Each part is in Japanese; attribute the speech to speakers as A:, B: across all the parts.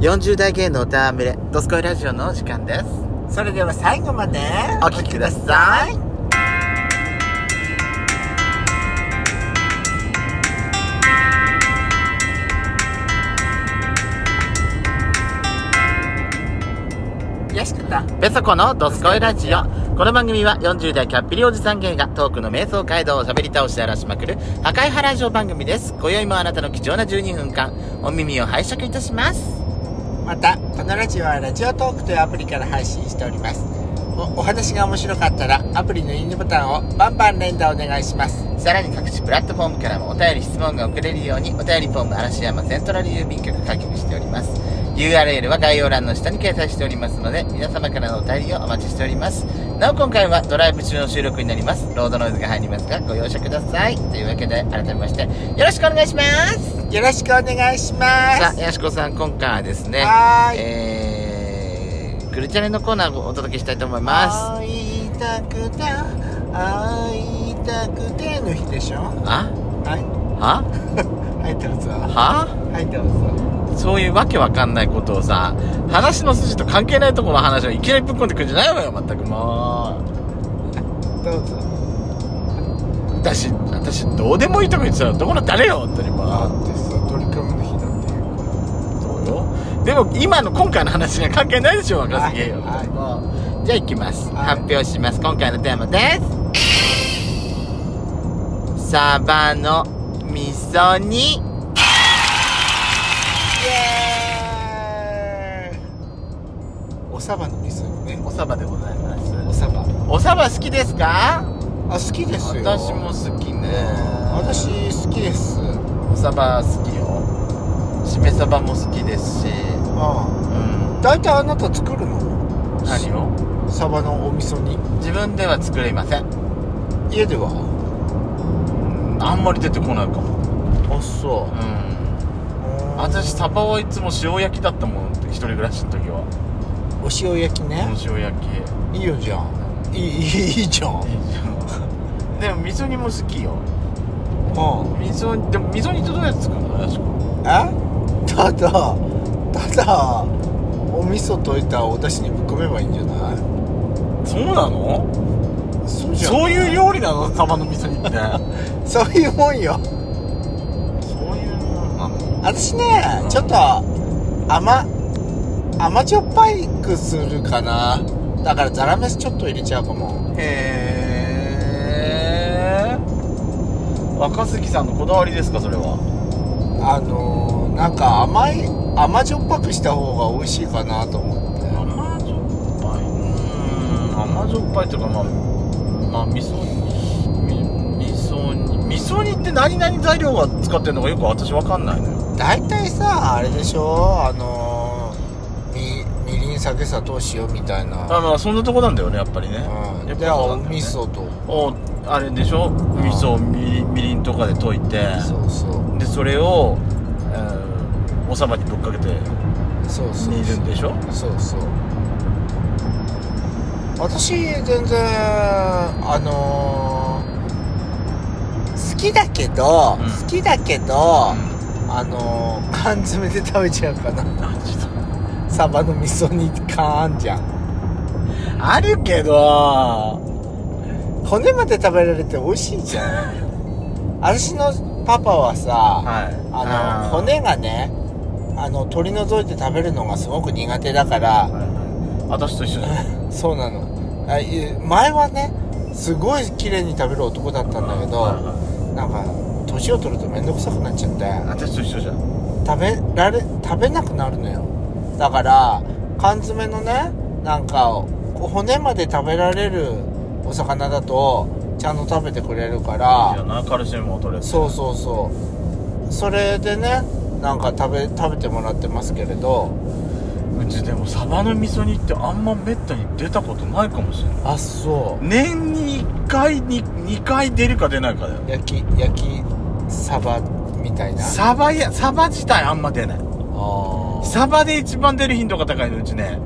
A: 40代芸能歌群れ「ドスコイラジオ」のお時間です
B: それでは最後まで
A: お聞きください
B: いよしくた
A: ベソコのドスコイラジオこの番組は40代キャッピリおじさん芸がトークの瞑想街道を喋り倒して荒らしまくる破壊派ラジオ番組です今宵もあなたの貴重な12分間お耳を拝借いたします
B: またこのラジオはラジオトークというアプリから配信しておりますおお話が面白かったらアプリのいいねボタンをバンバン連打お願いします
A: さらに各種プラットフォームからもお便り質問が送れるようにお便りフォーム嵐山セントラル郵便局開局しております URL は概要欄の下に掲載しておりますので皆様からのお便りをお待ちしておりますなお今回はドライブ中の収録になりますロードノイズが入りますがご容赦くださいというわけで改めましてよろしくお願いします
B: よろしくお願いしま
A: さ
B: す
A: あやしこさん今回はですね
B: はーい
A: えー、くるチャレのコーナーをお届けしたいと思います
B: 会いたくて会いたくての日でしょ
A: あ
B: はい
A: は
B: はいどうぞ
A: は
B: はいどうぞ
A: そういうわけわかんないことをさ、話の筋と関係ないところの話をいきなりぶっ込んでくるんじゃないわよ、まったくも
B: どうぞ
A: う。私、私、どうでもいいとこ言ってたら、どこの誰よ、本当にも
B: ってさ取り組む日だっていうか
A: う。そうよ。でも、今の、今回の話には関係ないでしょ、若すぎよ。
B: はい
A: もうじゃあ行きます。
B: はい
A: 発表します。今回のテーマです。サバの味噌煮。
B: イエーイおさばの味噌煮ね
A: おサバでございます。
B: おさば
A: おサバ好きですか
B: あ好きですよ
A: 私も好きね。
B: 私好きです
A: おサバ好きよしめサバも好きですし
B: あ
A: うん
B: あ大体あなた作るの
A: 何を
B: サバのお味噌煮
A: 自分では作れません
B: 家では
A: うんあんまり出てこないかも
B: あそううん
A: 私サバはいつも塩焼きだったもん一人暮らしの時は
B: お塩焼き
A: こ
B: ね
A: の塩焼きいい
B: いいよじゃんいいいいいいじゃんうん
A: じゃん でも味噌煮も好きよ味噌煮でも味噌煮ってどうやって作るの確か
B: えただただお味噌溶いたお出汁にぶっ込めばいいんじゃない
A: そうなの
B: そうじゃん
A: そういう料理なのサバの味噌煮って
B: そういうもんよ
A: そういうものなの
B: 私ねちょっと甘甘じょっぱいくするかなだからザラメスちょっと入れちゃうかも
A: へえ若杉さんのこだわりですかそれは
B: あのー、なんか甘い甘じょっぱくした方が美味しいかなと思って
A: 甘じょっぱいうん甘じょっぱいというかまあまあ味噌み味噌煮味噌煮って何々材料が使ってるのかよく私わかんないのよ
B: 大体さあれでしょあのー、みみりん酒砂糖塩みたいな
A: あまあそんなとこなんだよねやっぱりね
B: う
A: やっ
B: ん
A: ぱ
B: で
A: そうなんだよね
B: お味噌と
A: おあれでしょ味噌みりみりんとかで溶いて
B: そうそう
A: でそれを、えーおさばにぶっかけて
B: そうそう
A: 煮るんでしょ
B: そうそう私全然あのー、好きだけど、
A: うん
B: 好きだけど、あのー、缶詰で食べちゃうかな
A: あちょっと
B: サバの味噌煮缶あんじゃん
A: あるけど
B: 骨まで食べられて美味しいじゃん私のパパはさ、
A: はい
B: あの骨がねあの取り除いて食べるのがすごく苦手だから
A: 私と一緒だ
B: そうなのあい前はねすごい綺麗に食べる男だったんだけどなんか年を取ると面倒くさくなっちゃって
A: 私と一緒じゃん
B: 食べられ食べなくなるのよだから缶詰のねなんか骨まで食べられるお魚だとちゃんと食べてくれるから
A: いやなカルシウムを取れて
B: そうそうそうそれでねなんか食べ食べてもらってますけれど
A: うちでもサバの味噌煮ってあんまめったに出たことないかもしれない
B: あそ
A: 年に1回に2回出るか出ないかだよ
B: う焼き焼きサバみたいな
A: サバやサバ自体あんま出ない
B: あ
A: サバで一番出る頻度が高いのうちね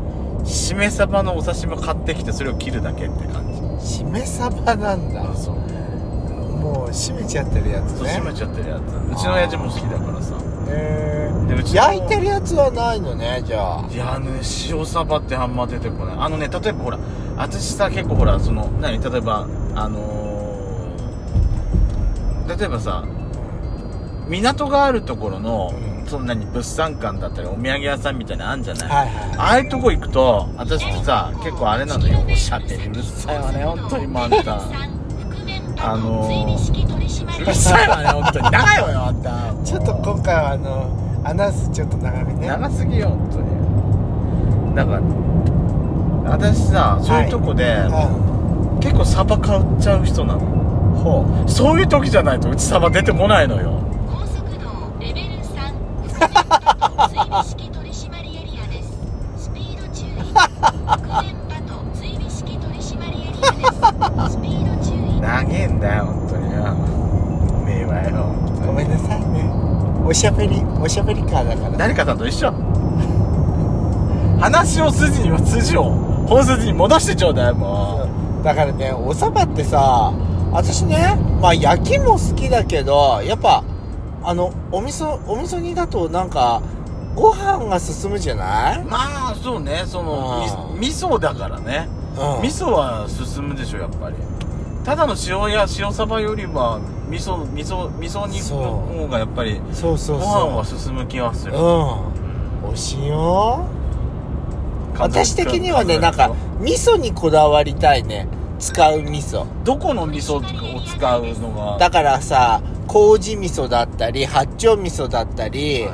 A: しめサバのお刺身買ってきてそれを切るだけって感じ
B: しめサバなんだ
A: そう
B: もう締めちゃってるやつ
A: そう
B: ね
A: 閉めちゃってるやつうちの親父も好きだからさ
B: え
A: でうちの
B: 焼いてるやつはないのねじゃあ
A: いやあのね塩サバってあんま出てこないあのね例えばほら私さ結構ほらその何例えばあのー例えばさ港があるところの、
B: うん
A: そんなに物産館だったりお土産屋さんみたいなのあんじゃない、
B: はいはい
A: ああいうとこ行くと私ってさ結構あれなのよおしゃべりうるさいわね本当にもうあん たあのー、うるさいわね本当に長いわよあんた
B: ちょっと今回はあのアナウンスちょっと長めね
A: 長すぎよ本当にだから私さそういうとこで、
B: うん
A: 結構サバ買っちゃう人なの
B: ほう
A: そういう時じゃないとうちサバ出てこないのよ
C: 高速道レベル3伏線バト追尾式取締エリアですスピード注意伏線バト追尾式取締エリアですスピード注意
A: 長えんだよ本当によねえわよ本当
B: ご
A: に
B: めんなさいねおしゃべりおしゃべりカーだから
A: 誰かさんと一緒話を筋には筋を本筋に戻してちょうだいも
B: だからねおそばってさ私ねまあ焼きも好きだけどやっぱあのお味噌お味噌煮だとなんかご飯が進むじゃないう
A: まあそうねその
B: うん
A: み味噌だからね
B: うん
A: 味噌は進むでしょやっぱりただの塩や塩サバよりは味噌味噌味噌煮の方がやっぱり
B: そう
A: ご
B: そう
A: 飯
B: そう
A: は進む気はする
B: うん美味しいよ私的にはねなんか味噌にこだわりたいね使う味噌
A: どこの味噌を使うのが
B: だからさ麹味噌だったり八丁味噌だったり、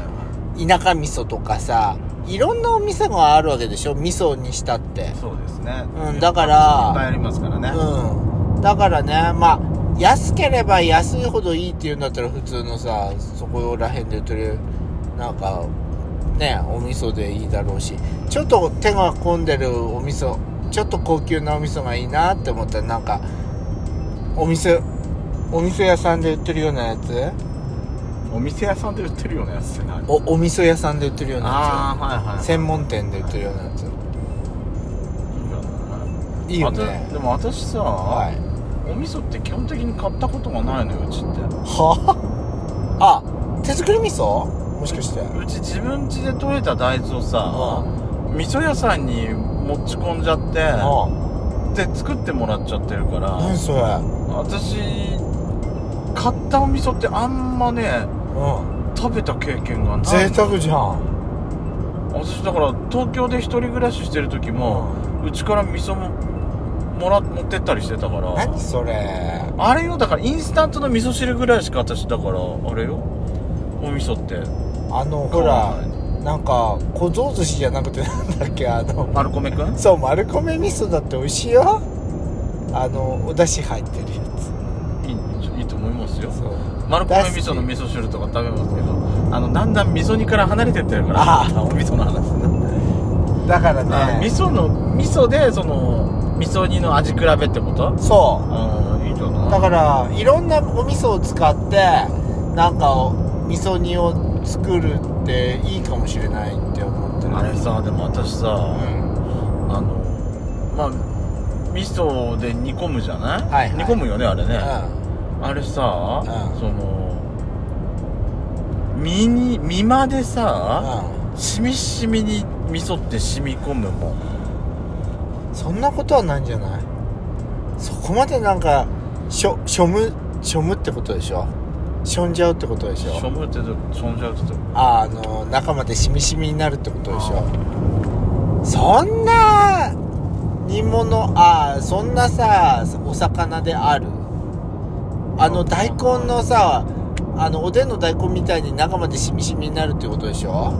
B: 田舎味噌とかさいろんなお店があるわけでしょ味噌にしたって
A: そうですね
B: うんだから
A: いっぱいありますからね、
B: うんだからねまあ安ければ安いほどいいっていうんだったら普通のさそこら辺で売ってるなんかねお味噌でいいだろうしちょっと手が込んでるお味噌ちょっと高級なお味噌がいいなって思ったらなんかお店お店屋さんで売ってるようなやつ
A: お店屋さんで売ってるようなやつって何
B: おお味噌屋さんで売ってるような
A: ああはいは
B: や
A: い
B: つ専門店で売ってるようなやつい
A: い
B: い
A: い
B: よ
A: よ
B: ね
A: ねあとでも私さ、
B: はい
A: お味噌って基本的に買ったことがないのようちって
B: はああ手作り味噌もしかして
A: うち自分家で採れた大豆をさ味噌屋さんに持ち込んじゃっ
B: あ
A: てで作ってもらっちゃってるか
B: あ何
A: ら
B: それ
A: 私買ったお味噌ってあんまね
B: う
A: 食べた経験が
B: ん
A: ない
B: 贅沢じゃん
A: 私だから東京で一人暮らししてる時もうちから味噌ももら持ってったりしてたから
B: 何それ
A: あれよだからインスタントの味噌汁ぐらいしか私だからあれよお味噌って
B: あのほらなんか小僧寿司じゃなくてなんだっけあの
A: マルコメくん
B: そう丸米味噌だって美味しいよあのお出汁入ってるや
A: いいいいと思いますよ
B: つそう
A: マルコメ味噌の味噌汁とか食べますけどあのだんだん味噌煮から離れてってるから
B: ああ
A: お味噌の話になって
B: だから
A: あ味
B: ね
A: 噌の味噌でその味噌煮の味比べってこと
B: そう
A: ああいいんじゃない
B: だからいろんなお味噌を使ってなんかお味噌煮を作るっていいかもしれないって思ってる
A: あれさでも私さ、
B: うん
A: あのまあ味噌で煮込むじゃない、
B: はいはい
A: 煮込むよねあれね、
B: う
A: あれさ、
B: うん
A: その身に身までさ、
B: ん
A: しみしみに味噌って染み込むもん
B: うんそんなことはないんじゃないそこまでなんかしょしょむしょむってことでしょしょんじゃうってことでし
A: しょ
B: ょ
A: むってどしょんじゃうってど
B: あの中までしみしみになるってことでしょそんな煮物あーそんなさお魚であるあの大根のさあのおでんの大根みたいに中までしみしみになるってことでしょ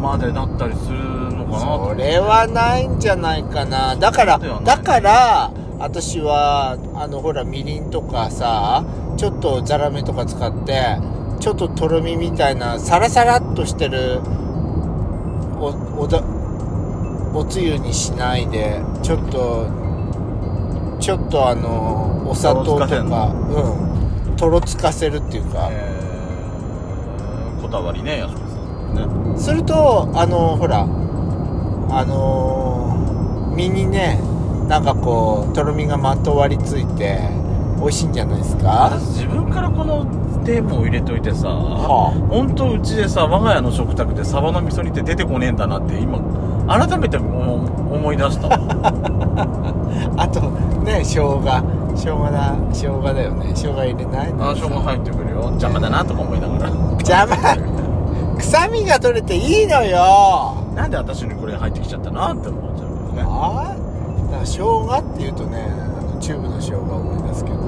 A: までなったりするのかなと
B: それはないんじゃないかなだから
A: そうだよね
B: だから私はあのほらみりんとかさちょっとざらめとか使ってちょっととろみみたいなサラサラっとしてるおおだおつゆにしないでちょっとちょっとあのお砂糖
A: と
B: と
A: ろつか
B: かうんとろつかせるっていうか、
A: えーこだわりねやしこさんね
B: するとあのほらあの身にねなんかこうとろみがまとわりついて美味しいんじゃないですか
A: 私自分からこのテープを入れといてさ、
B: はあ
A: 本当うちでさ我が家の食卓でサバの味噌煮って出てこねえんだなって今改めて思思い出したわ
B: あとね生姜生姜だ生姜だよね生姜入れない
A: あー生姜入ってくるよ邪魔だなとか思いながら
B: 邪魔臭みが取れていいのよ
A: なんで私にこれ入ってきちゃったなって思っちゃうけどね
B: ああだから生姜っていうとねあのチューブの生姜思い出すけど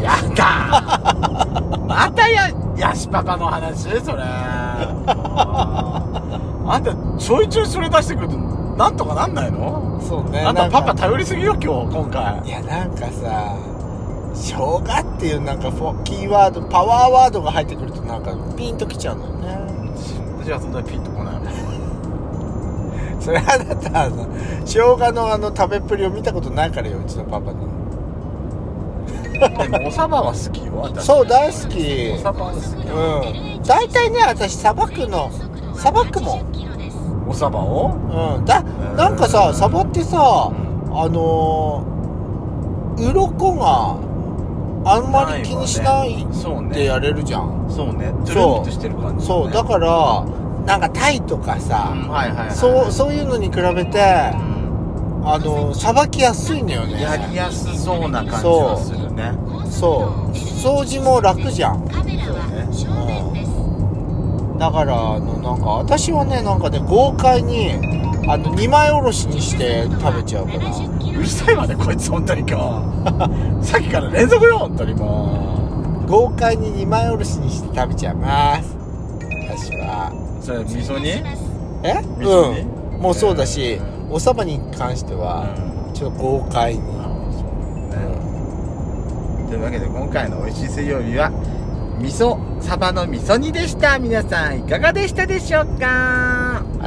A: やだーまたやヤシパパの話それあんたちょいちょいそれ出してくるとなんとかなんないの
B: そうね
A: あんたパパ
B: 食
A: 頼りすぎよ今日今回
B: べいやなんかさ生姜っていうなんかフォキーワードパワーワードが入ってくるとなんかピンときちゃうんだよね
A: 私はそんなにピンとこない
B: それあなたあの生姜のあの食べっぷりを見たことないからようちのパパの
A: でもおサバは好きよ私
B: そう大好き
A: おサバは好き
B: うん大体ね私砂漠の砂漠も
A: おサバを
B: うんだなんかさサバってさあのー、鱗があんまり気にしないっ
A: そう
B: て
A: ね
B: やれるじゃん、
A: そうね
B: そ
A: ト
B: う
A: ゥルンとしてる感じね
B: そうだからなんかタイとかさ、
A: うんはいはいはい
B: そうそういうのに比べて
A: う
B: あ
A: ん
B: のさばきやすいのよね
A: やりやすそうな感じはするね
B: そう掃除も楽じゃん
C: カメラは正面です
B: だからあのなんか私はねなんかね豪快にあの2枚おろしにして食べちゃうから
A: うるさいわねこいつ本当に今日 さっきから連続よ本当にも
B: 豪快に2枚おろしにして食べちゃいます私は
A: うそれ味噌煮
B: え
A: 味噌ね
B: うんもうそうだしおそばに関しては
A: う
B: ちょっと豪快に
A: んねというわけで今回の「おいしい水曜日は」味噌サバの味噌煮でした皆さんいかがでしたでしょうか
B: あ